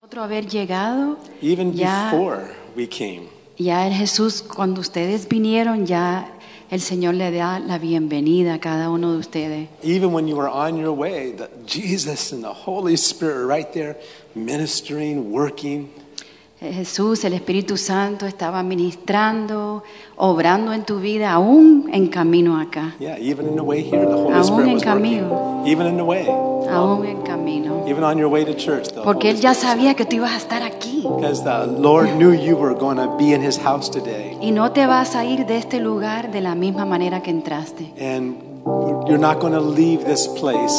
nuestro haber llegado, Even ya, before we came, ya en Jesús, cuando ustedes vinieron, ya el Señor le da la bienvenida a cada uno de ustedes. even when you were on your way, the, Jesus and the Holy Spirit right there ministering, working. Eh, Jesús, el Espíritu Santo, estaba ministrando, obrando en tu vida, aún en camino acá, Yeah, even in the way here, the Holy Aún Spirit en was camino. working. Even in the way, aún en camino. even on your way to church. The Porque Él ya sabía que tú ibas a estar aquí Because the Lord knew you were going to be in His house today. y no te vas a ir de este lugar de la misma manera que entraste. And you're not going to leave this place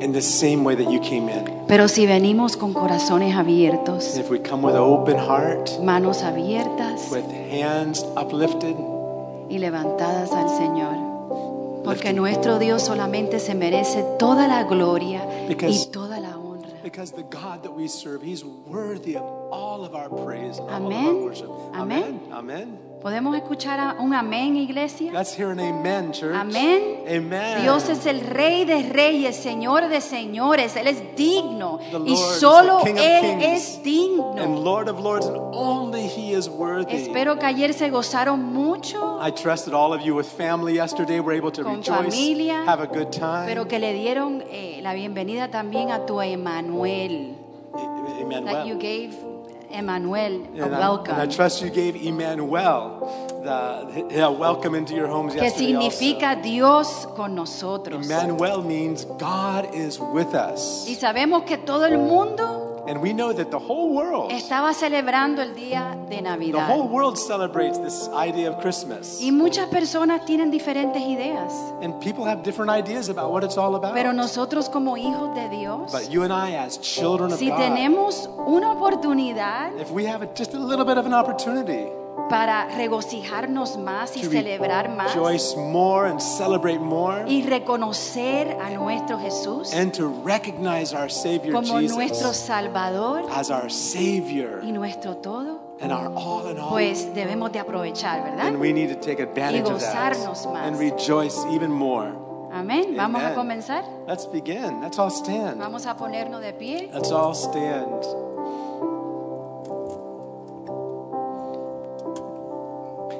in the same way that you came in. Pero si venimos con corazones abiertos, And if we come with an open heart, manos abiertas with hands uplifted, y levantadas al Señor. Porque nuestro Dios solamente se merece toda la gloria y Because- toda la honra. because the God that we serve, He's worthy of all of our praise and all of Amen. our worship. Amen. Amen. Amen. ¿Podemos escuchar a- un amén, iglesia? Let's hear an amen, church. Amén. Amen. Dios es el Rey de reyes, Señor de señores. Él es digno The Lord y is the solo King of Él kings es digno. and Lord of Lords, and only He is worthy. Espero que ayer se gozaron mucho, I trust that all of you with family yesterday were able to Con rejoice, familia. have a good time. pero que le dieron eh, la bienvenida también a tu Emanuel. E- Emmanuel. That you gave Emanuel a and, I, and I welcome. trust you gave Emmanuel the, the- a welcome into your homes que yesterday. also. significa Dios con nosotros. Emmanuel means God is with us. Y sabemos que todo el mundo And we know that the whole world, estaba celebrando el día de the Navidad. whole world celebrates this idea of Christmas. Y muchas personas tienen diferentes ideas, And people have different ideas about what it's all about. pero nosotros como hijos de Dios, but you and I, as children of si God, tenemos una oportunidad if we have a, just a little bit of an opportunity para regocijarnos más y to celebrar más rejoice more and celebrate more y reconocer a nuestro Jesús and to recognize our Savior como Jesus nuestro Salvador as our Savior y nuestro todo, and our all in all. pues debemos de aprovechar, ¿verdad? and we need to take advantage of that gozarnos más. and rejoice even more. Amén. Vamos a Amen. comenzar. Let's begin. Let's all stand. Vamos a ponernos de pie. Let's all stand.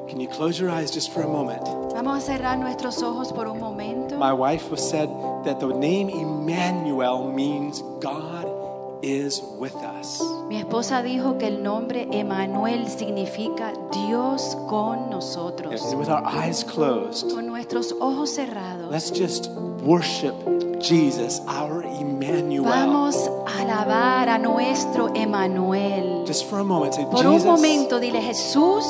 Can you close your eyes just for a moment? Vamos a cerrar nuestros ojos por un momento. My wife was said that the name Emmanuel means God is with us. Mi esposa dijo que el nombre Emanuel significa Dios con nosotros. And with our eyes closed, Con nuestros ojos cerrados, let's just worship Jesus, our Emmanuel. vamos a alabar a nuestro Emanuel. Just for a moment, say, Por un Jesus, momento, dile Jesús,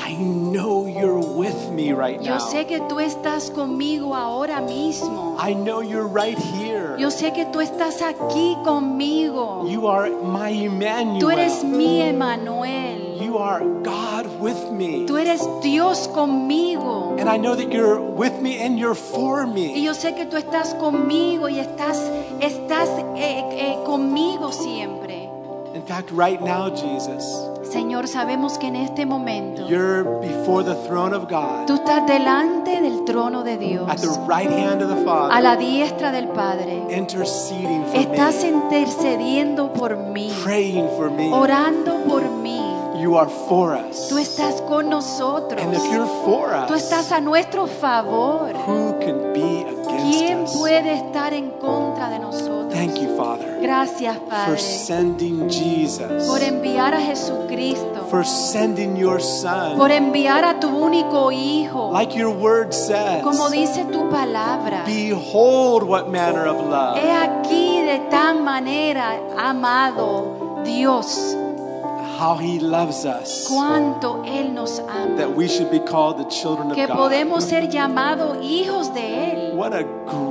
I know you're with me right now. yo sé que tú estás conmigo ahora mismo. I know you're right here. Yo sé que tú estás aquí conmigo. you are my Emmanuel. Tú eres mi Emanuel. You are God with me. Tú eres Dios conmigo. And I know that you're with me and you're for Y me. yo sé que tú estás conmigo y estás, estás eh, eh, conmigo siempre. In fact, right now, Jesus, Señor, sabemos que en este momento you're before the throne of God, tú estás delante del trono de at the Dios, right hand of the a Father, la diestra del Padre. interceding for Estás me, intercediendo por mí, praying for me. orando por mí. You are for us. Tú estás con nosotros. And if you're for Tú estás us, a nuestro favor. who can be ¿Quién against us? puede estar en contra de nosotros? Thank you, Father, Gracias, for Padre, sending por Jesus, enviar a Jesucristo. for sending your por Son, enviar a tu único hijo, like your word says. como dice tu palabra. Behold, what manner of love. He aquí de tan manera, amado Dios, How he loves us. cuánto Él nos ama, That we should be called the children of que podemos God. ser llamados hijos de Él. What a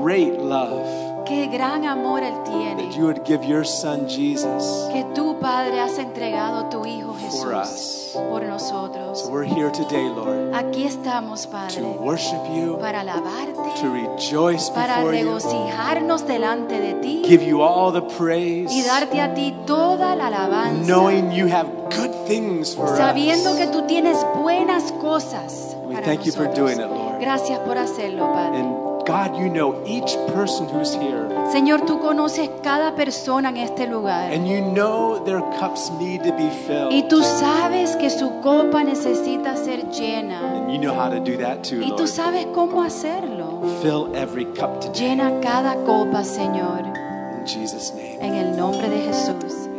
great love Qué gran amor Él that tiene, you would give your son Jesus. que tu Padre has entregado a tu Hijo For Jesús us. por nosotros. We're here today, Lord, Aquí estamos, to Padre, worship you, para to alabarte, rejoice para before you, regocijarnos delante de ti. give you all the praise, y darte a ti toda la alabanza, knowing you have good things for sabiendo que us. tú tienes buenas cosas. We para thank you for nosotros. doing it, Lord. Gracias por hacerlo, Padre. And God, you know each person who's here, Señor, tú conoces cada persona en este lugar and you know their cups need to be y filled. tú sabes que su copa necesita ser llena And you know how to do that too, y tú Lord. sabes cómo hacerlo. Fill every cup today. Llena cada copa, Señor, In Jesus' name. en el nombre de Jesús.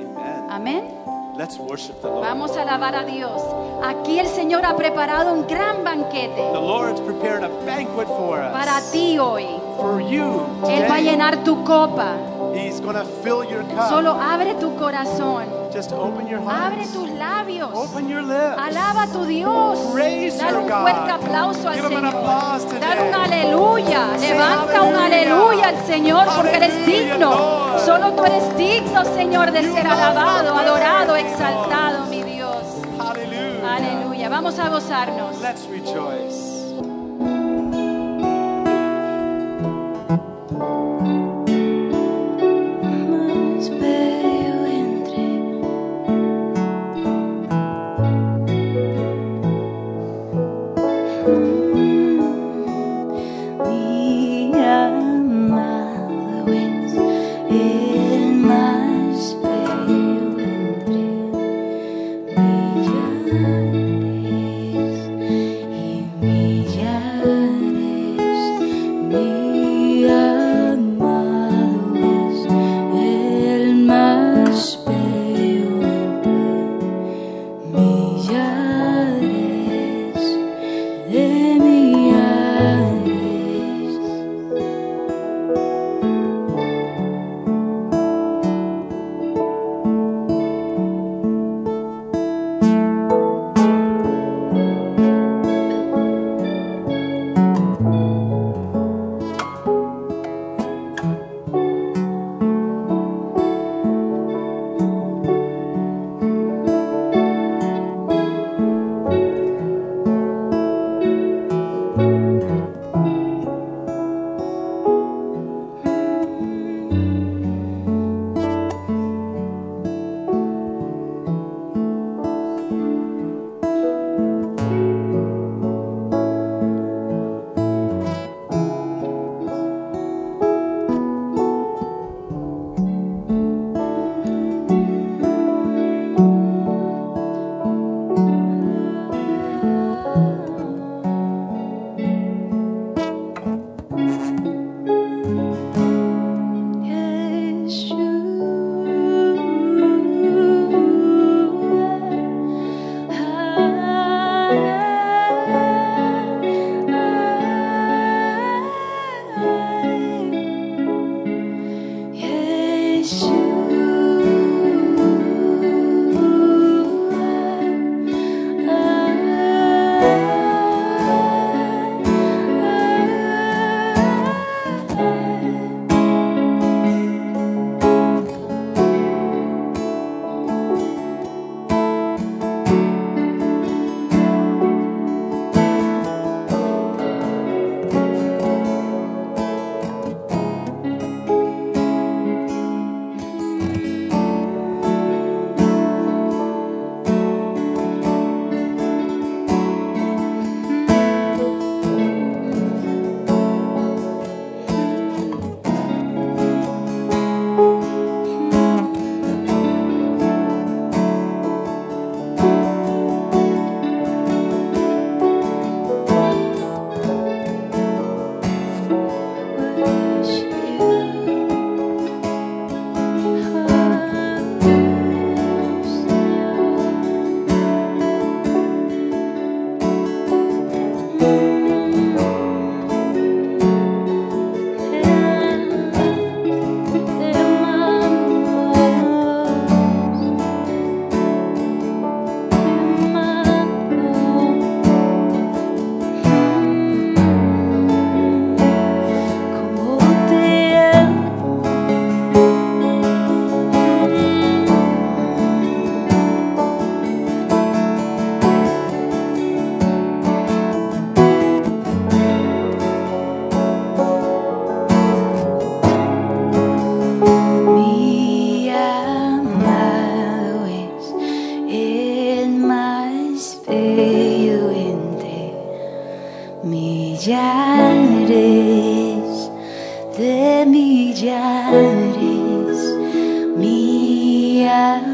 Amen. Amén. Let's worship the Lord. Vamos a alabar a Dios. Aquí el Señor ha preparado un gran banquete The Lord's prepared a banquet for us. para ti hoy. For you. Él va a today. llenar tu copa. He's going to fill your cup. Solo abre tu corazón. Just open your heart. Abre tus labios. Open your lips. Alaba a tu Dios. Praise Dale your un God. fuerte aplauso al Give him an applause Señor. today. Dale un aleluya. Say Levanta un hallelujah. aleluya al Señor porque Él es Hallelujah, digno. Lord. Solo tú eres digno, Señor, de You ser are alabado, worthy, adorado, Lord. exaltado, mi Dios. Hallelujah. Aleluya. Vamos a gozarnos. Let's rejoice. Más bello entre mi amado es el más bello é entre millares y mi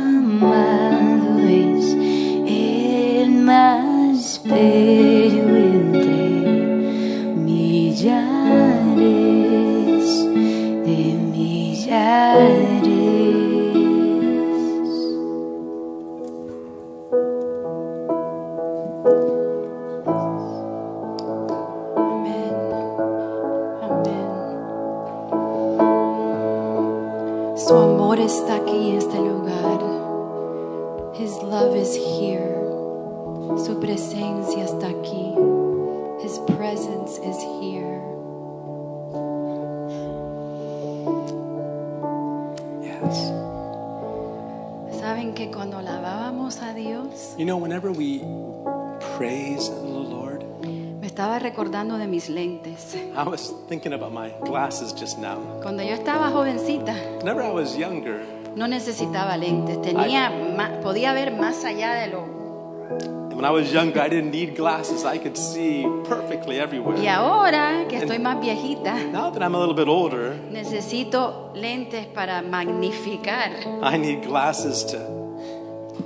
amado es el más bello entre millares de millares. Amén. Su amor está aquí en este lugar. His love is here. Su presencia está aquí. His presence is here. Yes. Saben que cuando alabábamos a Dios, You know, whenever we praise the Lord, me estaba recordando de mis lentes. I was thinking about my glasses just now. Cuando yo estaba jovencita, Whenever I was younger, no necesitaba lentes. Tenía, ma- podía ver más allá de lo when I was younger, I didn't need glasses. I could see perfectly everywhere. Y ahora que estoy más viejita, Now that I'm a little bit older, necesito lentes para magnificar. I need glasses to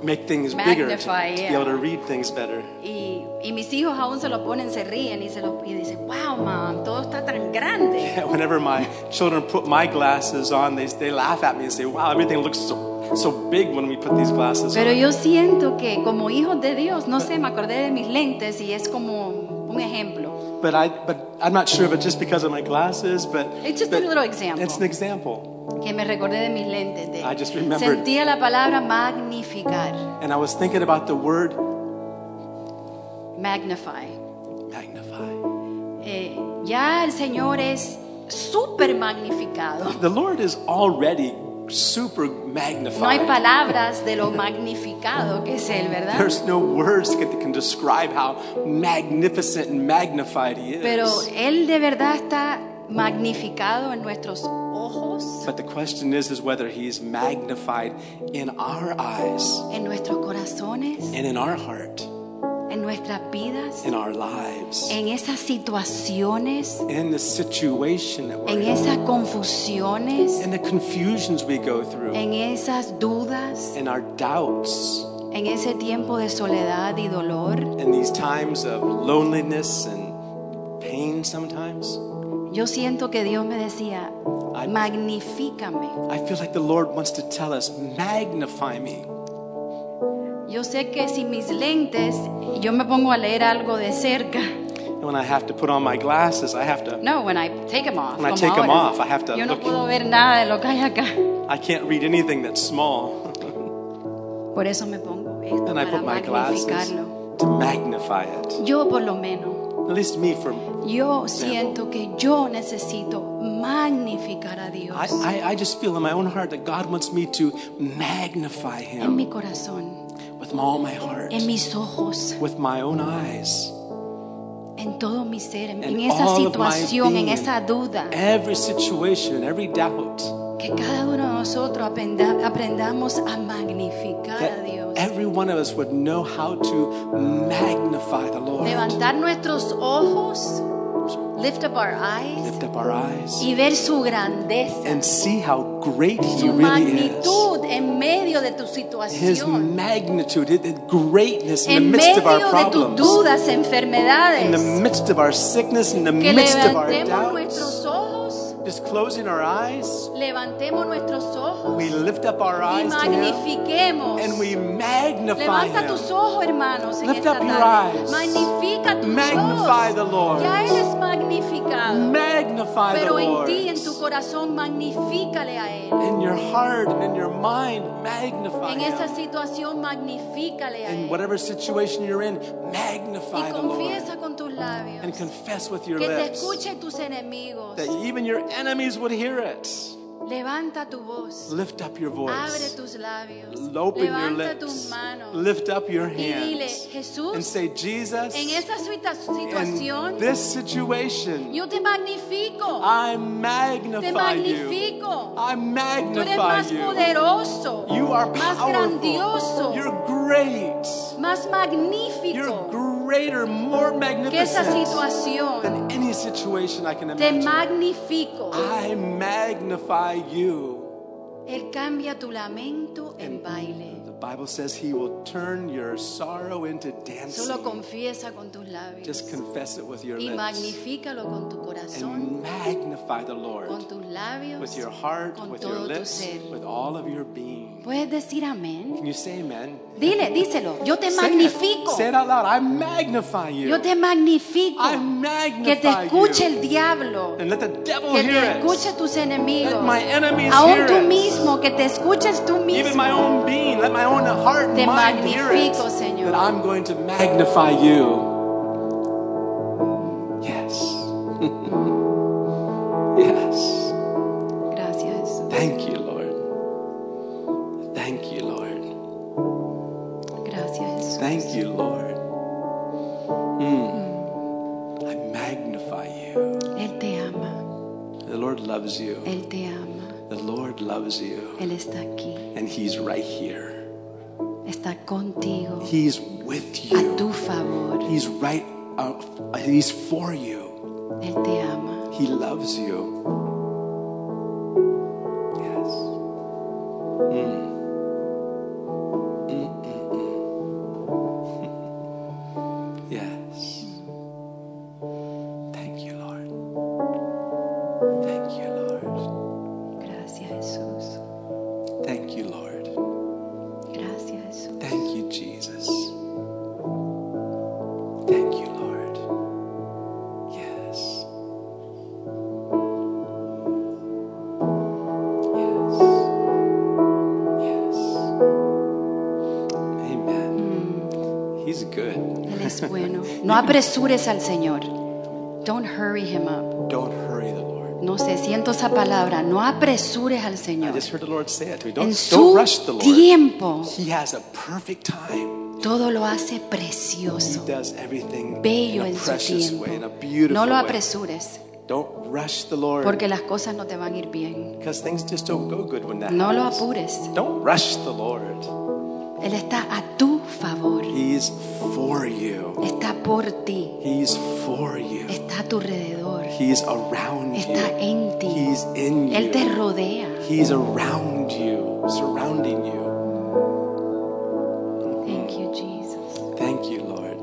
make things bigger, to, Magnify, to be yeah. able to read things better. Y, y mis hijos aún se lo ponen, se ríen y, se lo, y dicen, wow, mam, todo está tan grande. Yeah, Whenever my children put my glasses on, they, they laugh at me and say, wow, everything looks so, so big when we put these glasses Pero on. yo siento que como hijos de Dios, no sé, me acordé de mis lentes y es como un ejemplo. But, I, but I'm not sure if it's just because of my glasses, but It's just a but little example. It's an example. Que me recordé de mis lentes. De, I just remembered. sentía la palabra magnificar, And I was thinking about the word magnify. magnify. Eh, ya el Señor es súper magnificado. The Lord is already super magnified. No hay palabras de lo magnificado que es Él, ¿verdad? There's no words that can describe how magnificent and magnified He is. Pero Él de verdad está magnificado en nuestros ojos, But the question is, is whether he's magnified in our eyes en nuestros corazones, and in our heart, en nuestras vidas, in our lives, en esas situaciones, in the situation that we're en in, esas confusiones, in the confusions we go through, en esas dudas, in our doubts, en ese tiempo de soledad y dolor. in these times of loneliness and pain sometimes. Yo siento que Dios me decía, magnifícame. I feel like the Lord wants to tell us, magnify me. Yo sé que si mis lentes, yo me pongo a leer algo de cerca. And when I have to put on my glasses, I have to, No, when I take them off. When I como take 'em ahora. off, I have to Yo no look. puedo ver nada de lo que hay acá. I can't read anything that's small. Por eso me pongo esto And I para put my glasses magnificarlo. to magnify it. Yo por lo menos, At least me from yo siento que yo necesito magnificar a Dios I, I, I just feel in my own heart that God wants me to magnify en Him mi corazón, with all my heart, en mis ojos, with my own eyes, en todo mi ser, en, and en esa all of my situación, en being. esa duda. every situation, every doubt. Que cada uno de nosotros aprenda- aprendamos a magnificar a That Dios. every one of us would know how to magnify the Lord. levantar nuestros ojos, lift up our eyes Lift up our eyes y ver su grandeza, and see how great He su really is. magnitud en medio de tu His situación, magnitude, His greatness in en the midst of our medio de tus problems, dudas, in the enfermedades, midst of our sickness, in the que midst of our levantemos doubts. nuestros ojos, Just closing our eyes. levantemos nuestros ojos We lift up our y eyes to Him magnifiquemos. and we magnify Levanta tus Him. ojos, hermanos, en Lift esta up your tarde. eyes. Magnifica tu Magnify the Dios. Lord. Ya Él es magnificado. Magnify the Pero en Lord. ti, en tu corazón, magnifícale a Él. In your heart and in your mind, magnify En esa Him. situación, magnifícale a In Él. whatever situation you're in, magnify Y the Lord. confiesa con tus And labios. confess with your Que te lips escuchen tus enemigos. that even your enemies would hear it. Levanta tu voz. Lift up your Abre voice. tus labios. pues. Open your Levanta tus lips. manos. Lift up your Y dile, hands. Jesús, And say, Jesus, En esa situa- situación, in this situation, yo te magnifico. I Te magnify you. magnifico. I Tú eres magnify más you. poderoso, You are más powerful. grandioso, You're great. más You're magnífico greater, more que esa magnificent situación. than any situation I can Te imagine. magnifico. I magnify you. Él cambia tu lamento en baile. The Bible says he will turn your sorrow into Solo dancing. confiesa con tus labios Just confess it with your y lips magnifícalo con tu corazón, and magnify the con Lord tus labios, with your heart, con with your todo tu lips, ser. with all of your being. ¿Puedes decir amén? Can you say amen? Dile, díselo. Yo te Say it. magnifico. Say it out loud. I magnify you. Yo te magnifico. I magnify Que te escuche you. el diablo. And let the devil Que hear te escuche it. tus enemigos. Let my enemies hear Aún tú it. mismo, que te escuches tú Even mismo. my own being, let my own heart Te and mind hear it. magnifico, Señor. That I'm going to magnify you. Yes. yes. Gracias, Jesús. Thank you, Lord. Thank you, Lord. Gracias, Jesús. Thank you, Lord. Mm. I magnify you. Él te ama. The Lord loves you. Él te ama. The Lord loves you. Él está aquí. And He's right here. Está contigo. He's with A you. tu favor. He's right. Uh, he's for you. Él te ama. He loves you. Yes. Mm. Mm, mm, mm. Yes. Thank you, Lord. Thank you, Lord. Gracias, Jesús. Thank you, Lord. Gracias, Jesús. Thank you, Jesus. Thank you, Lord. Yes. Yes. Yes. Amen. He's good. Él es bueno. No apresures al Señor. Don't hurry him up. Don't hurry the Lord. No sé, siento esa palabra. No apresures al I Señor. just heard the Lord say it to me. En Don't, don't su rush the Lord. tiempo, He has a perfect time. todo lo hace He precioso, does everything bello in en a su precious tiempo. way, in a beautiful No lo way. apresures, Don't rush the Lord. porque las cosas no te van a ir bien. Because things just don't go good when that No lo happens. apures. Don't rush the Lord. Él está a tu favor, He's for you. está por ti, He's for you. está a tu alrededor, He's around está you. en ti. He's in you. Él te rodea. He's around you, surrounding you. Thank you, Jesus. Thank you, Lord.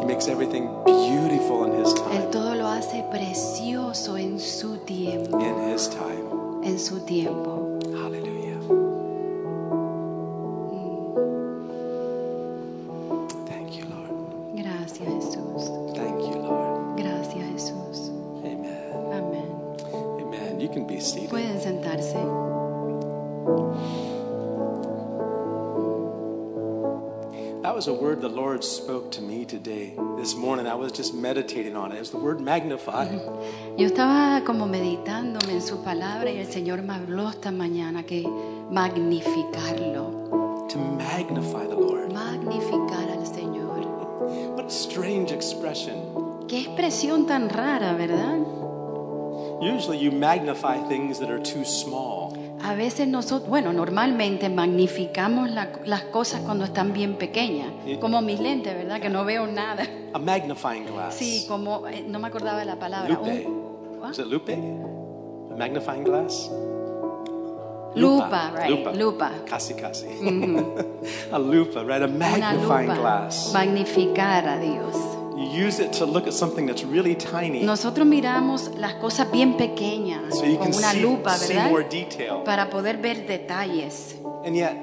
he makes everything beautiful in His Él time. todo lo hace precioso en su tiempo, In His time. en su tiempo. Hallelujah. Thank you, Lord. Gracias Jesús. Thank you, Lord. Gracias Jesús. Amen. Amén. Amen. You can be seated. Pueden sentarse. That was a word the Lord spoke to me today. This morning, I was just meditating on it. It was the word magnify. Mm-hmm. Yo estaba como meditándome en su palabra y el Señor me habló esta mañana que magnificarlo, To magnify the Lord. magnificar al Señor. What a strange expression. Qué expresión tan rara, ¿verdad? Usually, you magnify things that are too small. A veces nosotros, bueno, normalmente magnificamos la- las cosas cuando están bien pequeñas, como mis lentes, ¿verdad? Que no veo nada. A magnifying glass. Sí, como, eh, no me acordaba de la palabra. Lupe. Un- ¿What? Is it Lupe? A magnifying glass? Lupa, right, Lupa. lupa. Mm-hmm. Casi, casi. a lupa, right? A magnifying una lupa, glass. magnificar a Dios. You use it to look at something that's really tiny Nosotros miramos las cosas bien pequeñas so you can con una see, lupa, see ¿verdad? more detail. Para poder ver detalles. And yet,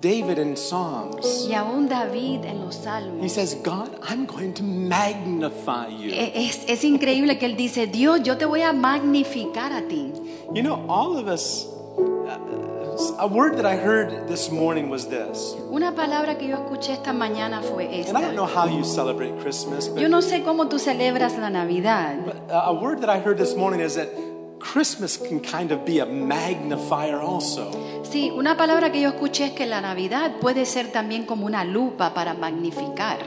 David in Psalms, Y aún David en los he salmos. says, God, I'm going to magnify you. e- Es, es increíble que él dice, Dios, yo te voy a magnificar a ti. You know, all of us, uh, a word that I heard this morning was this. Una palabra que yo escuché esta mañana fue And I don't know esta. how you celebrate Christmas, Yo but, no sé cómo tú celebras la Navidad, but uh, a word that I heard this morning is that Christmas can kind of be a magnifier also. Sí, una palabra que yo escuché es que la Navidad puede ser también como una lupa para magnificar.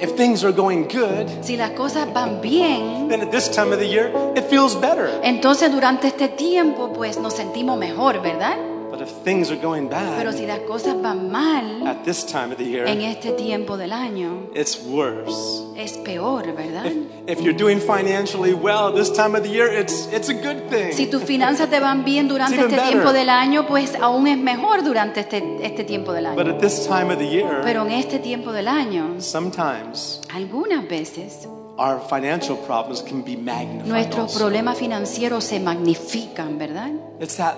If things are going good, Si las cosas van bien, then at this time of the year, it feels better. entonces durante este tiempo pues nos sentimos mejor, ¿verdad? But But if things are going Pero bad si las cosas van mal at this time of the en year, este tiempo del año, it's worse. es peor, ¿verdad? If, if you're doing financially well this time of the year, it's, it's a good Si thing. tus finanzas te van bien durante It's even este tiempo better. del año, pues aún es mejor durante este, este tiempo del But año. at this time of the year, Pero en este tiempo del año, sometimes algunas veces our financial problems can be magnified. nuestros also. problemas financieros se magnifican, ¿verdad? It's that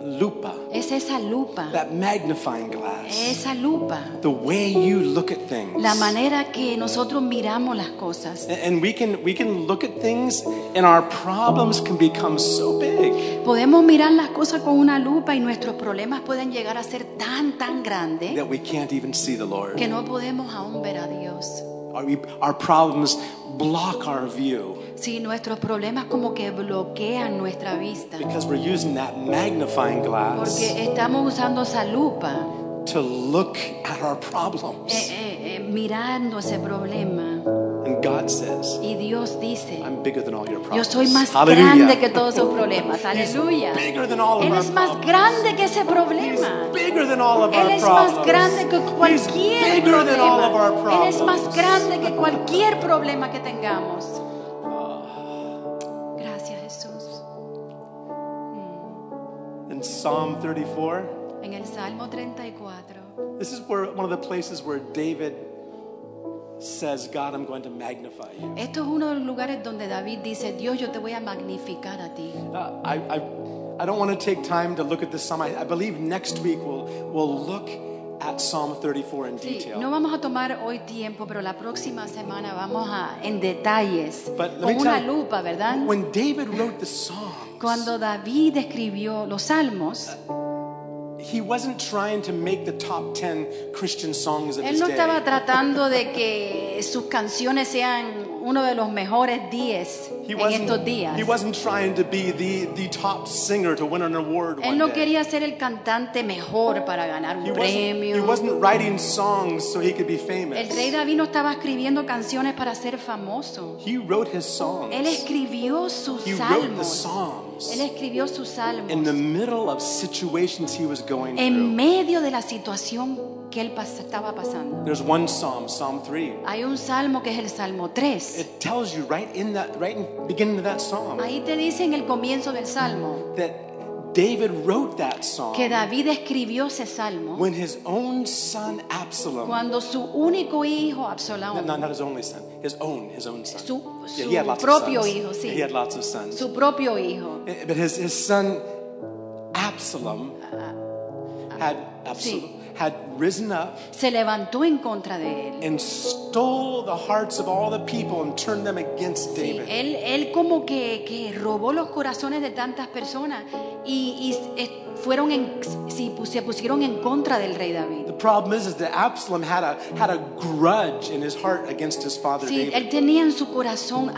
lupa, Es esa lupa, that magnifying glass. esa lupa, The way you look at things. la manera que nosotros miramos las cosas. And- And we can we can look at things and our problems can become so big Podemos mirar las cosas con una lupa y nuestros problemas pueden llegar a ser tan, tan grandes that we can't even see the Lord. que no podemos aún ver a Dios. Our, we- our problems block our view Si nuestros problemas como que bloquean nuestra vista. because we're using that magnifying glass Porque estamos usando esa lupa, to look at our eh, problems. eh, eh, mirando ese problema. And God says, Y Dios dice, I'm bigger than all your yo problems. soy más grande que Hallelujah. todos esos problemas. Aleluya. bigger than all of Él our es más problems. grande que ese problema. Bigger than all of Él our es más problems. grande que He's cualquier bigger than all of our problema. Él es problems. más grande que cualquier problema que tengamos. Ah. Gracias Jesús. In Psalm 34, En el Salmo 34, this is where one of the places where David says, God, I'm going to magnify you. esto es uno de los lugares donde David dice, Dios, yo te voy a magnificar a ti. Uh, I, I, I don't want to take time to look at this psalm. I, I believe next week we'll, we'll look at Psalm 34 in Sí, detail. no vamos a tomar hoy tiempo, pero la próxima semana vamos a en detalles But let me con tell una you, lupa, ¿verdad? When David wrote the Psalms, Cuando David escribió los salmos, Uh, he wasn't trying to make the top 10 Christian songs of él his no day. estaba tratando de que sus canciones sean uno de los mejores 10 He en estos wasn't, días. he wasn't trying to be the, the top singer to win an award Él one no day. quería ser el cantante mejor para ganar un He wasn't, he premio. wasn't writing songs so he could be El rey famous. David no estaba escribiendo canciones para ser famoso. He wrote his songs. Él escribió sus He wrote the salmos. Psalms Él escribió sus salmos. in the middle of situations he was going en through. medio de la situación que él pas- estaba pasando. There's one psalm, Psalm 3. Hay un salmo que es el Salmo 3. It tells you right in that right in beginning of that psalm Ahí te dice en el comienzo del salmo that David wrote that que psalm David escribió ese salmo when his own son Absalom cuando su único hijo no, Absalom, not his only son, his own, his own son. Oh. Su- Yeah, su he had lots propio of sons. hijo, sí. He had lots of sons. su propio hijo, Eh, But his, his son Uh, Absalom had Absalom had risen up se levantó en contra de él. and stole the hearts of all the people and turned them against Sí, eh. David. él, él como que, que robó los corazones de tantas personas y, y eh, fueron en- sí, pu- se pusieron en contra del rey David. The problem is, is that Absalom had a had a grudge in his heart against his father Sí, David. él tenía en su corazón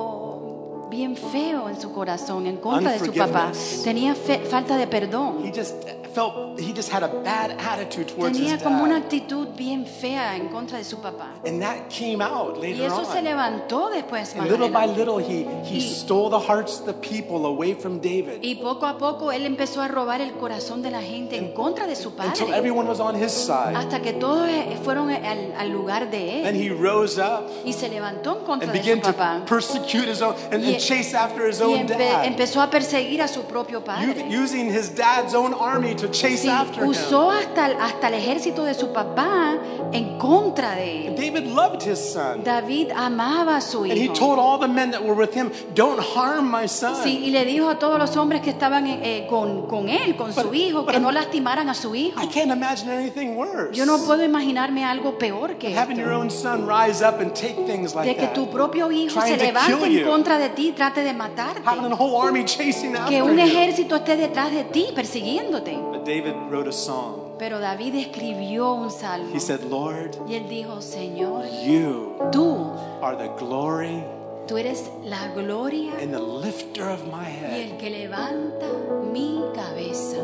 algo bien feo en su corazón, en contra de su papá. Unforgiveness. Tenía fe- falta de perdón. He just felt he just had a bad attitude towards Tenía his como una dad, actitud bien fea en contra de su papá. and that came out Y later eso se on. levantó después más And little by adelante. little, he he Y- stole the hearts of the people away from David Y poco a poco él empezó a robar el corazón de la gente en contra de su until padre. everyone was on his side. Hasta que todos eh, fueron al, al lugar de Then él he rose up y se levantó en contra and de su began to papá. persecute his own and, Y- and chase after his Y own empe- dad. empezó a perseguir a su propio padre. U- using his dad's own army to chase Sí, after him. usó hasta el, hasta el ejército de su papá en contra de él. David loved his son. David amaba a su And he hijo. told all the men that were with him, Don't harm my son. Sí, y le dijo a todos los hombres que estaban eh, con, con él, con su But- hijo, but que no I'm- lastimaran a su hijo. I can't imagine anything worse. Yo no puedo imaginarme algo peor que Having your esto. own son rise up and take things like De que that. tu propio hijo se Trying to levante kill en you. contra de ti, trate de matarte. Having a whole army chasing after Que un you. ejército esté detrás de ti, persiguiéndote. But David wrote a song. Pero David escribió un salmo. He said, Lord, Y él dijo, Señor, you tú, are the glory tú eres la gloria and the lifter of my y head. el que levanta mi cabeza.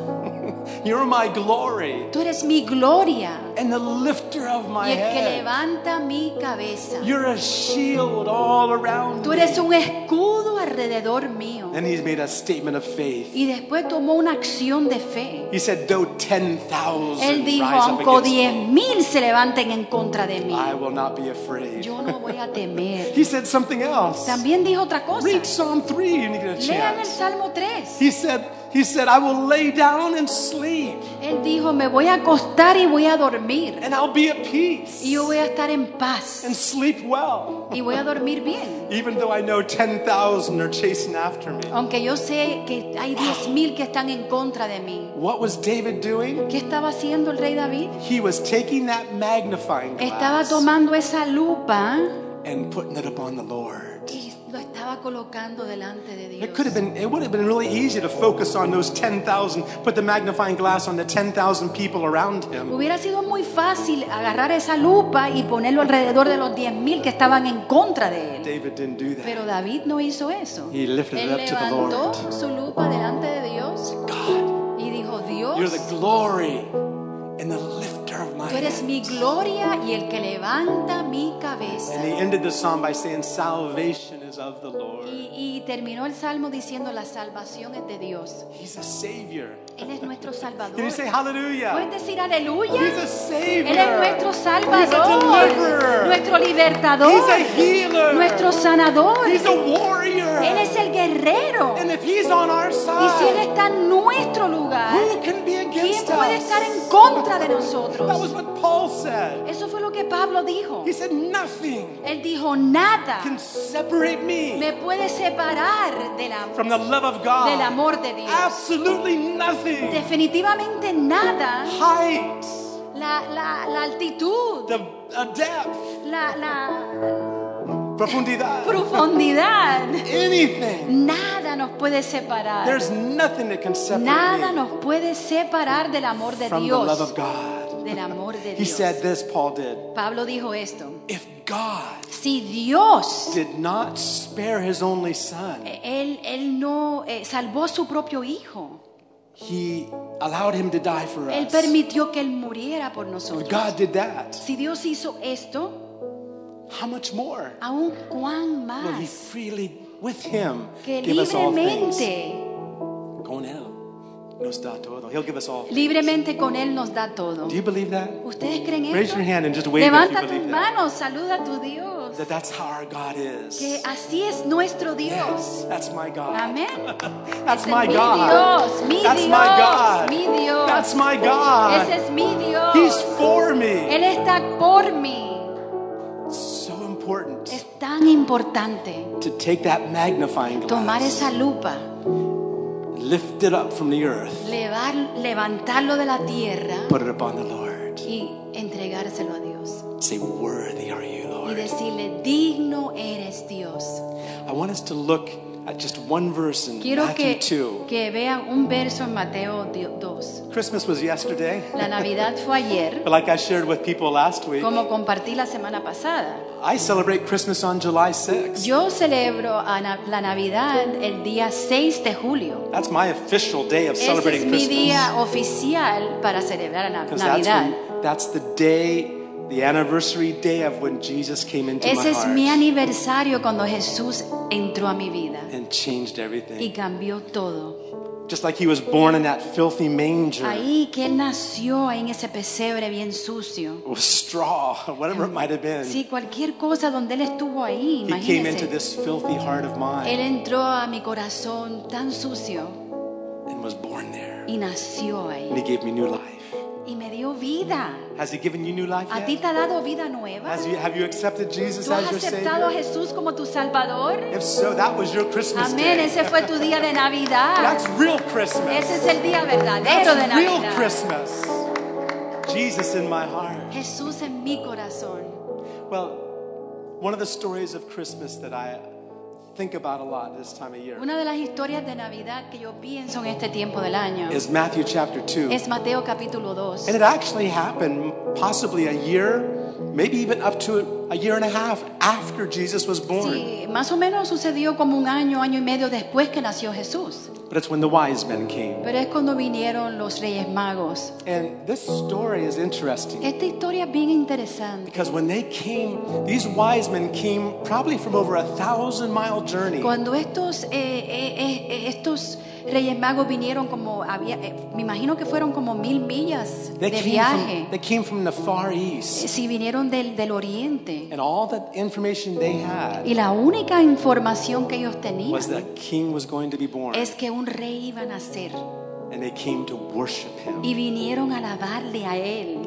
You're my glory Tú eres mi gloria and the lifter of my y el que head. levanta mi cabeza. You're a shield all around Tú eres un escudo alrededor mío. Then he's made a statement of faith. Y después tomó una acción de fe. He said, though Él 10,000 dijo, rise up aunque against diez me, mil se levanten en contra de mí, I will not be afraid. yo no voy a temer. He said something else. También dijo otra cosa. Read Psalm 3 and you get Lean a el chance. Salmo 3. He said, he said, I will lay down and sleep Él dijo, me voy a acostar y voy a dormir. and I'll be at peace Y yo voy a estar en paz. and sleep well. Y voy a dormir bien. Even though I know 10,000 are chasing after me. Aunque yo sé que hay diez mil que están en contra de mí. What was David doing? ¿Qué estaba haciendo el rey David? He was taking that magnifying Estaba glass tomando esa lupa and putting it upon the Lord. y lo estaba colocando delante de It could Dios. have been. It would have been really easy to focus on those ten thousand. Put the magnifying glass on the ten thousand people around him. Hubiera sido muy fácil agarrar esa lupa y ponerlo alrededor de los 10.000 que estaban en contra de él. David didn't do that. Pero David no hizo eso. He lifted it Él up to the levantó Lord. su lupa delante de Dios God, y dijo, you're Dios, the glory and the lifter of my tú eres head. mi gloria y el que levanta mi And cabeza. he ended the psalm by saying, "Salvation is of the Lord." Y, y terminó el salmo diciendo, la salvación es de Dios. He's a savior. Él es nuestro Salvador. Can you say ¿Puedes hallelujah? decir aleluya? He's a savior. Él es nuestro He's a Salvador, deliverer. nuestro He's a libertador, healer. nuestro sanador. He's a Él warrior. es el guerrero. And if he's on our Y si Él side, está en nuestro lugar, who can be ¿quién against puede us? estar en contra de That was nosotros? what Paul said. Eso fue lo que Pablo dijo. He said, Nothing Él dijo, nada can separate me me puede separar del amor, from the love of God. del amor de Ah. Dios. Absolutely nothing. Definitivamente nada. Height, La, la, la altitud, the uh, depth, la, la profundidad, profundidad, anything. nada nos puede separar. There's nothing that can separate Nada me nos puede separar del amor de from the love Dios. of God. Del amor de He Dios. said this, Paul did. Pablo dijo esto. If God Si Dios, did not spare his only son, eh, él, él no eh, salvó a su propio hijo. he allowed him to die for Él us. permitió que él muriera por If nosotros. God did that, Si Dios hizo esto, how much more? aún cuán Will he más freely, with him, que give us all things? libremente, Con él nos da todo. He'll give us all. things. libremente con él nos da todo. Do you believe that? ¿Ustedes creen Raise esto? your hand and just wave if you Levanta tus believe that. manos, saluda a tu Dios. That that's how our God is. Que así es nuestro Yes, Dios. that's my God. Amén. That's Ese my es mi God. Dios, mi That's Dios, my God. mi Dios. That's my God. Ese es mi Dios. He's for me. Él está por mí. So important Es tan importante to take that magnifying tomar glass, esa lupa, lift it up from the earth, levar- levantarlo de la tierra put it upon the Lord. y entregárselo a Dios. Say, worthy are you, Y Lord. decirle, digno eres Dios. I want us to look at just one verse in Quiero Matthew que, 2. que vean un verso en Mateo 2. Christmas was yesterday, La Navidad fue ayer, but like I shared with people last week, como compartí la semana pasada. I celebrate Christmas on July 6th. Yo celebro a na- la Navidad el día 6 de julio. That's my official day of Ese es celebrating mi Christmas. día oficial para celebrar la Nav- Because that's, Navidad. when- that's the day, the anniversary day of when Jesus came into my Ese es heart mi aniversario cuando Jesús entró a mi vida and changed y everything. cambió todo. Just like he was born in that filthy manger Ahí que Él nació, ahí en ese pesebre bien sucio. with straw, or whatever it might have been, Sí, cualquier cosa donde Él estuvo ahí, he came into imagínense. this filthy heart of Él mine entró a mi corazón tan sucio and was born there. y nació And ahí. he gave me new life. Y me dio vida. Has he given you new life ¿A ti yet? te ha dado vida nueva? Has you, have you accepted Jesus ¿Tú has as your aceptado a Savior? Jesús como tu Salvador? If so, that was your Christmas Amén, day. ese fue tu día de Navidad. That's real Christmas. Ese es el día verdadero de That's real Navidad. Christmas. Jesus in my heart. Jesús en mi corazón. Well, one of the stories of Christmas that I think about a lot this time of year Una de las historias de Navidad que yo pienso en este tiempo del año is Matthew chapter 2. es Mateo capítulo 2. And it actually happened possibly a year maybe even up to a year and a half after Jesus was born. Sí, más o menos sucedió como un año, año y medio después que nació Jesús. But it's when the wise men came. Pero es cuando vinieron los Reyes Magos. And this story is interesting Esta historia es bien interesante. because when they came, these wise men came probably from over a thousand mile journey. Cuando estos, eh, eh, eh, eh, estos Reyes Magos vinieron como, había, eh, me imagino que fueron como mil millas They de came, from, viaje. they came from the Far East. Si vinieron del, del oriente. And all the information they had Y la única información que ellos was tenían that a king was going to be born. es que un rey iba a nacer. And they came to worship him. Y vinieron a alabarle a él,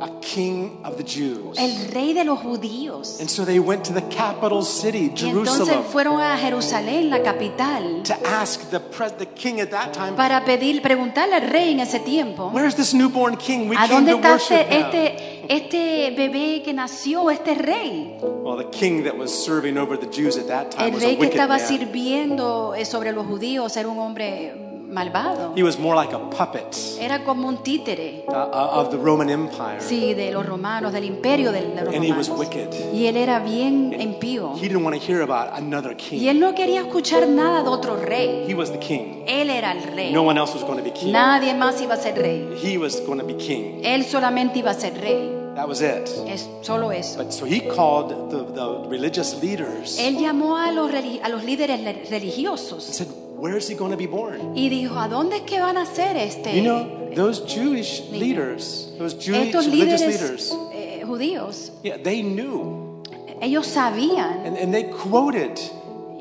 A king of the Jews. el rey de los judíos. And so they went to the capital city, Y entonces Jerusalem, fueron a Jerusalén, la capital, to ask the, pres- the king at that time, para pedir, preguntarle al rey en ese tiempo, Where's this newborn king? We ¿a came dónde to está worship este, him. este, este bebé que nació, este rey? Well, the king that was serving over the Jews at that time El was a rey que Ah, wicked estaba man. sirviendo eh, sobre los judíos era un hombre malvado. He was more like a puppet Era como un títere, uh, of the Roman Empire. sí, de los romanos, del imperio de de los And he was romanos. wicked. Y él era bien impío. He didn't want to hear about another Y king. él no quería escuchar nada de otro rey. He was the king. Él era el rey. No one else was going to be king. Nadie más iba a ser rey. He was going to be king. Él solamente iba a ser rey. That was it. Es solo eso. But so he called the, the religious leaders and Él llamó a los, reli- a los líderes le- religiosos said, Where is he going to be born? y dijo, ¿a dónde es que van a ser este? You know, those Jewish leaders, those Jewish Estos religious líderes leaders, eh, judíos, yeah, they knew. ellos sabían And, and they quoted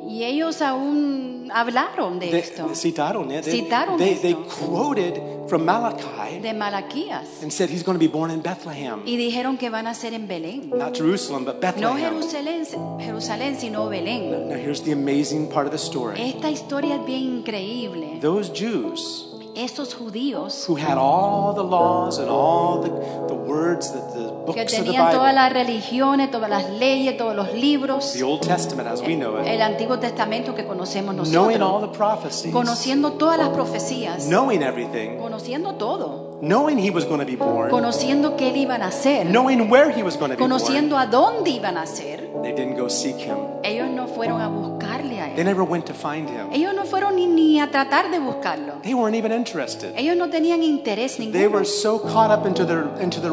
y ellos aún hablaron de They- esto, Citaron, yeah, they, Citaron they, they esto. quoted from Malachi de Malaquías. and said he's going to be born in Bethlehem. Y dijeron que van a ser en Belén. Not Jerusalem, but No Bethlehem. Jerusalén, Jerusalén sino Belén. Now here's the amazing part of the story. Esta historia es bien increíble. Those Jews Estos judíos who had all the laws and all the, the words, the, the que books of the tenían todas Bible, las religiones, todas las leyes, todos los libros, the Old Testament as we know it, el Antiguo Testamento que conocemos knowing all Eh, nosotros, the prophecies, conociendo todas las profecías, knowing everything, conociendo todo, knowing he was going to be born, conociendo qué él iba a nacer, knowing where he was going to be born, conociendo a dónde iba a nacer, they didn't go seek him. ellos no fueron a buscarle a They él. never went to find him. Ellos no fueron ni, ni a tratar de buscarlo. They weren't even interested. Ellos no tenían interés They ninguno. were so caught up into their into the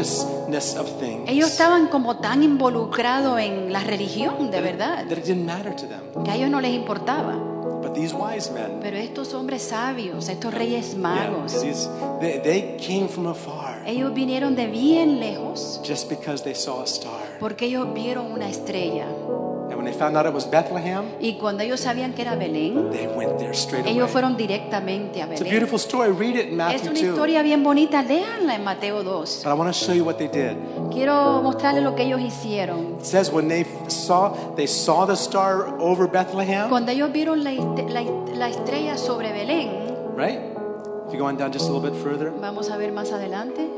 religiousness of things Ellos estaban como tan involucrados en la religión, de that, it, verdad, that it didn't matter to them. que a ellos no les importaba. But these wise men, Pero estos hombres sabios, estos reyes yeah, magos, these, they, they came from afar Ellos vinieron de bien lejos just because they saw a star. porque ellos vieron una estrella. And when they found out it was Bethlehem, Y cuando ellos sabían que era Belén, they went there straight away. ellos fueron directamente a It's a Belén. beautiful story. Read it in Es Matthew una 2. historia bien bonita, léanla en Mateo 2. But I want to show you what they did. Quiero mostrarles lo que ellos hicieron. It says when they f- saw they saw the star over Bethlehem, Cuando ellos vieron la, est- la est- la estrella sobre Belén, right? If you go on down just a little bit further, vamos a ver más adelante.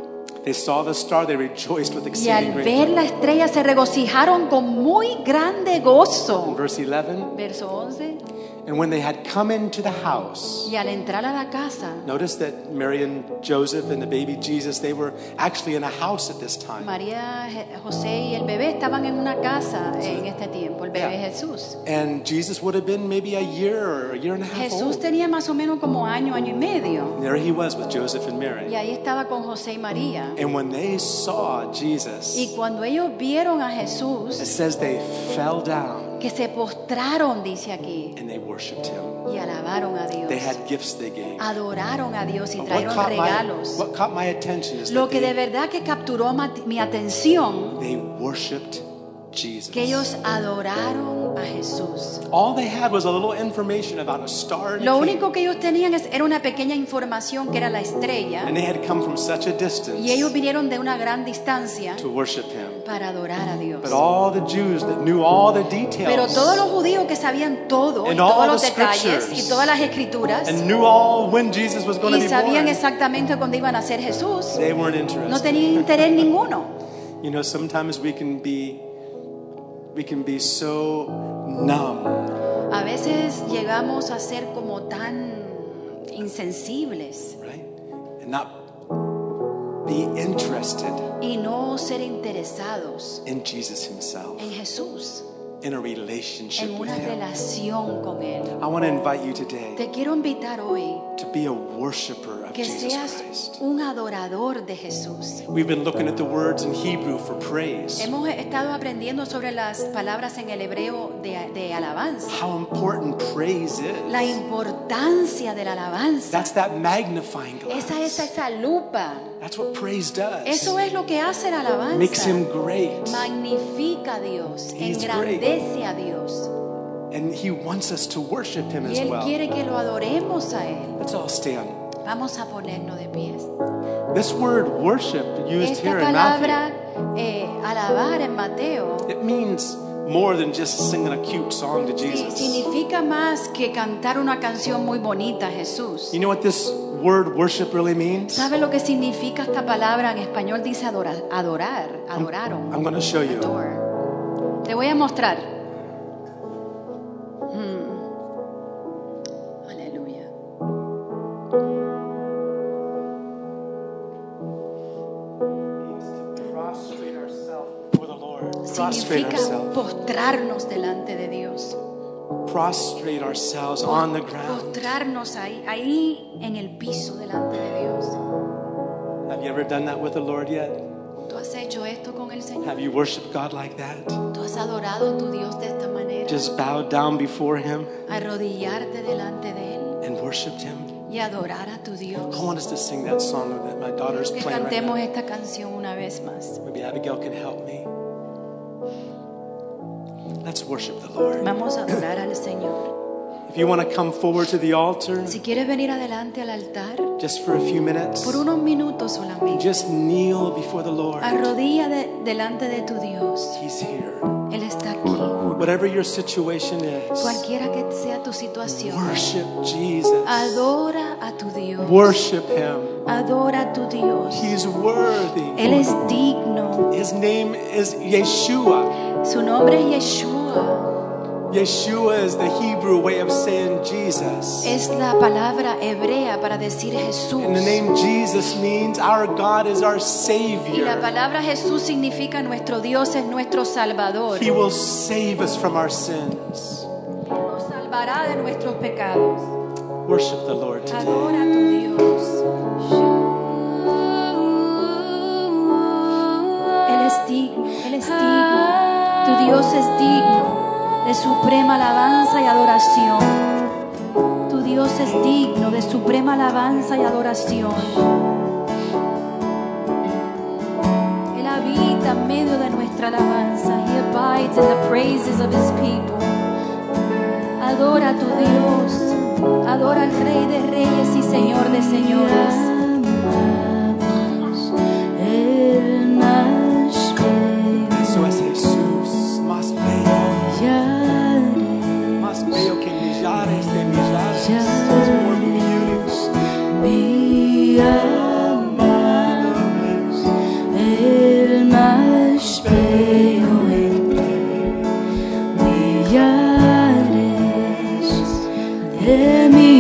they saw the star. They rejoiced with Y exceeding al great ver joy. la estrella se regocijaron con muy grande In gozo. verse 11. Verso 11. And when they had come into the house, Y al entrar a la casa, notice that Mary and Joseph and the baby Jesus, they were actually in a house at this time. María, Je- José y el bebé estaban en una casa en este tiempo, el bebé Yeah. Jesús. And Jesus would have been maybe a year or a year and a half Jesús old. tenía más o menos como año, año y medio. And there he was with Joseph and Y Mary. ahí estaba con José y María. And when they saw Y Jesus, cuando ellos vieron a it Jesús, says they fell down que se postraron, dice aquí, and they worshiped him. y alabaron a They Dios. had gifts they gave. Adoraron a Dios Ah, y But what trajeron caught, my, regalos. what caught my attention is Lo that que de they, verdad que capturó ma- mi atención, they worshiped Jesus. que ellos adoraron a Jesús. All they had was a little information about a star and a Lo king. único que ellos tenían es- era una pequeña información que era la estrella. And they had come from such a distance Y ellos vinieron de una gran distancia to worship him. para adorar a Dios. But all the Jews that knew all the details Pero todos los judíos que sabían todo, y And todos all los the detalles scriptures. y todas las escrituras, and knew all when Jesus was going y to be born, sabían exactamente cuándo iban a ser Jesús, they weren't no interested. tenían interés ninguno. You know, sometimes we can be we can be so numb A veces llegamos a ser como tan insensibles right? And not be be interested y no ser interesados in Jesus Himself, en Jesús, in a relationship en with una Him. relación con Él. I want to invite you today Te quiero invitar hoy to be a worshiper of que Jesus seas Christ. un adorador de Jesús. We've been looking at the words in Hebrew for praise. Hemos estado aprendiendo sobre las palabras en el hebreo de, de alabanza, How important praise la is. importancia de la alabanza. That's that magnifying Esa es glass. esa lupa. That's what praise does. Eso es lo que hace la Makes alabanza. Him great. Magnifica a Dios, He's engrandece a Dios. And He wants us to worship Him Y as Él well. quiere que lo adoremos a Él. Let's all stand. Vamos a ponernos de pies. This word worship used Esta here in Matthew. palabra eh, alabar en Mateo It means more than just singing a cute song to sí, Jesus. significa más que cantar una canción muy bonita, Jesús. You know what this word worship really means? ¿Sabe lo que significa esta palabra? En español dice adorar, adorar, adoraron. I'm going to show you. Adore. Te voy a mostrar. Mm. Aleluya. Prostrate ourselves before the Lord. Prostrate Significa ourselves. postrarnos delante de Dios. Prostrate ourselves on the ground. Postrarnos ahí, ahí en el piso delante de Dios. Have you ever done that with the Lord yet? ¿Tú has hecho esto con el Señor? Have you worshiped God like that? ¿Tú has adorado a tu Dios de esta manera? Just bowed down before Him Arrodillarte delante de Él and worshiped Him? y adorar a tu Dios. I want us to sing that song that my daughter's que playing right cantemos now. esta canción una vez más. Maybe Abigail can help me. Let's worship the Lord. Vamos a adorar al Señor. If you want to come forward to the altar Si quieres venir adelante al altar just for a few minutes, por unos minutos and solamente, just kneel before the Lord. arrodilla de- delante de tu Dios. He's here. Él está aquí. Whatever your situation is, Cualquiera que sea tu situación, worship Jesus. adora a tu Dios. Worship Him. Adora a tu Dios. He's worthy. Él es digno. His name is Yeshua. Su nombre es Yeshua. Yeshua is the Hebrew way of saying Jesus. es la palabra hebrea para decir And the Jesús. name Jesus means our God is our Y la Savior. palabra Jesús significa nuestro Dios es nuestro Salvador. He will save us from our sins. Nos salvará de nuestros pecados. Worship the Lord today. Adora a tu Dios. Él es digno, Él es digno. Tu Dios es digno de suprema alabanza y adoración. Tu Dios es digno de suprema alabanza y adoración. Él habita en medio de nuestra alabanza. He abides in the praises of his people. Adora a tu Dios. Adora al Rey de Reyes y Señor de Señores. El más bello. Eso es Jesús, más bello, Llores más bello que millares de millares. Ya It's more beautiful. mi amado el más bello entre millares de millares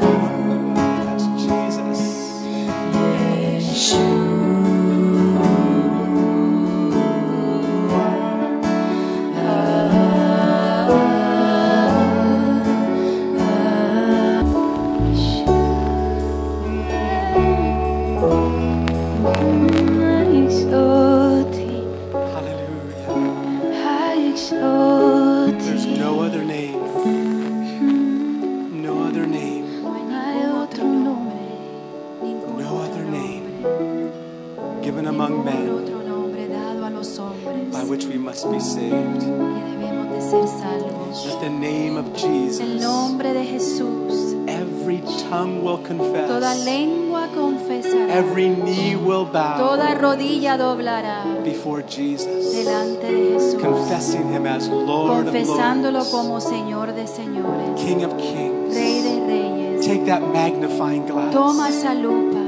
That's Jesus. Hallelujah. There's no other name, no other name, no other name given among men otro nombre dado a los hombres by which we must be saved. y debemos de ser salvos. At the name of El Jesus, nombre de Jesús, every tongue will toda confess, lengua confesará, every knee will bow toda rodilla doblará before Jesus, delante de Jesús, confessing Him as Lord of confesándolo Lords, como Señor de señores, King of Kings. Rey de reyes. Take that magnifying glass. Toma esa lupa,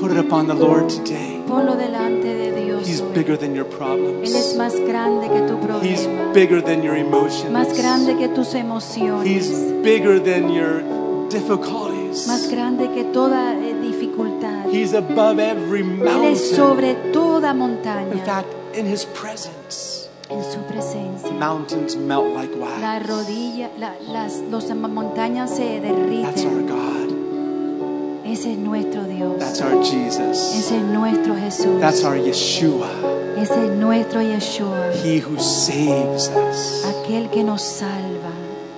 Put it upon the Lord today. Ponlo delante de Dios. He's hoy. bigger than your Él es problems. más grande que tu He's problema, bigger than your emotions. más grande que tus He's emociones, bigger than your difficulties. más grande que toda eh, dificultad. He's above every Él es mountain. sobre toda In montaña. fact, in His presence, En su presencia, mountains melt like wax. la rodilla, la- las los ma- montañas se That's our derriten. God. Ese es nuestro That's Dios. our Jesus. Ese es nuestro Jesús. That's our Yeshua. Ese es nuestro Yeshua, He who saves us. aquel que nos salva.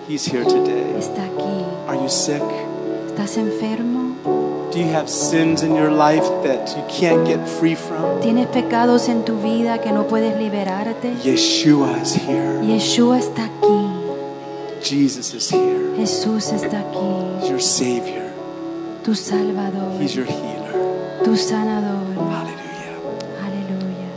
He's here today. Está aquí. Are you sick? ¿Estás enfermo? Do you have sins in your life that you can't get free from? ¿Tienes pecados en tu vida que no puedes liberarte? Yeshua is here. Yeshua está aquí. Jesus is here. Jesús está aquí. He's your Savior. Tu Salvador, He's your healer. tu sanador. Hallelujah. Aleluya.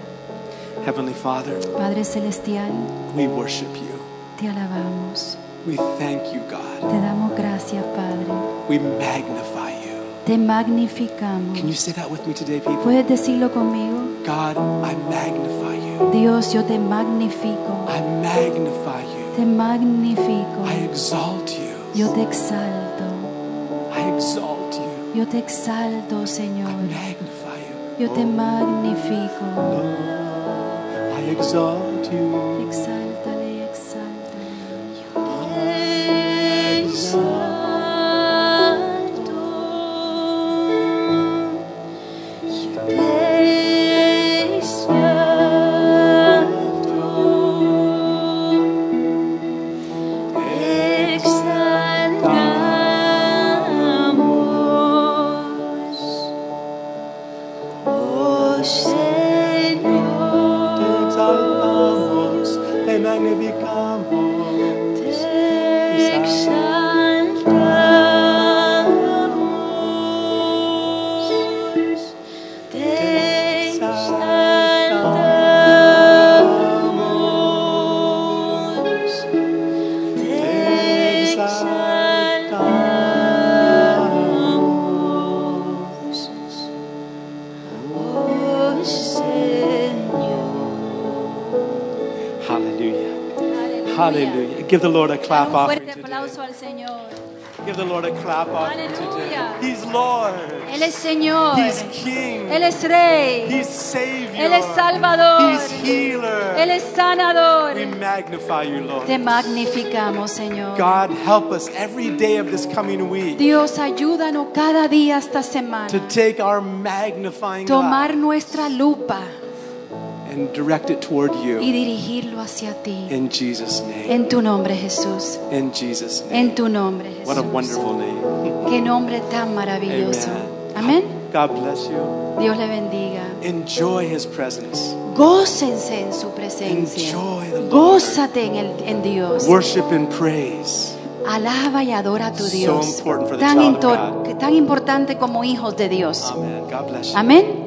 Heavenly Father, Padre Celestial, we worship you. te alabamos. We thank you, God. Te damos gracias, Padre. We magnify you. Te magnificamos. Can you say that with me today, people? ¿Puedes decirlo conmigo? God, I magnify you. Dios, yo te magnifico. I magnify you. Te magnifico. I exalt you. Yo te exalto. I exalt you. Yo te exalto, I Señor. magnify you. Yo te magnifico. I exalt you. Exáltale, exáltale. oh Te exaltamos, te magnificamos. Hallelujah. Hallelujah. Give the Lord a clap Un offering fuerte today. aplauso al Señor. Give the Lord a clap offering today. Hallelujah. He's Lord. Él es Señor. He's King. Él es Rey. He's Savior. Él es Salvador. He's Healer. Él es sanador. We magnify you, Lord. Te magnificamos, Señor. God, help us every day of this coming week Dios, ayúdanos cada día esta to semana. take our magnifying Tomar glass nuestra lupa and direct it toward y you. dirigirlo hacia ti. In Jesus' name. En tu nombre, Jesús. In Jesus' name. En tu nombre, Jesús. What a wonderful name. Qué nombre tan maravilloso. Amen. Amén. God bless you. Dios le bendiga. Enjoy His presence. Gócense en su presencia. Enjoy the Lord. Gózate en, el, en Dios. Worship and praise. Alaba y adora a tu So Dios. important for the Tan, child of into- God. tan importante como hijos de Dios. Amen. God bless you. Amén.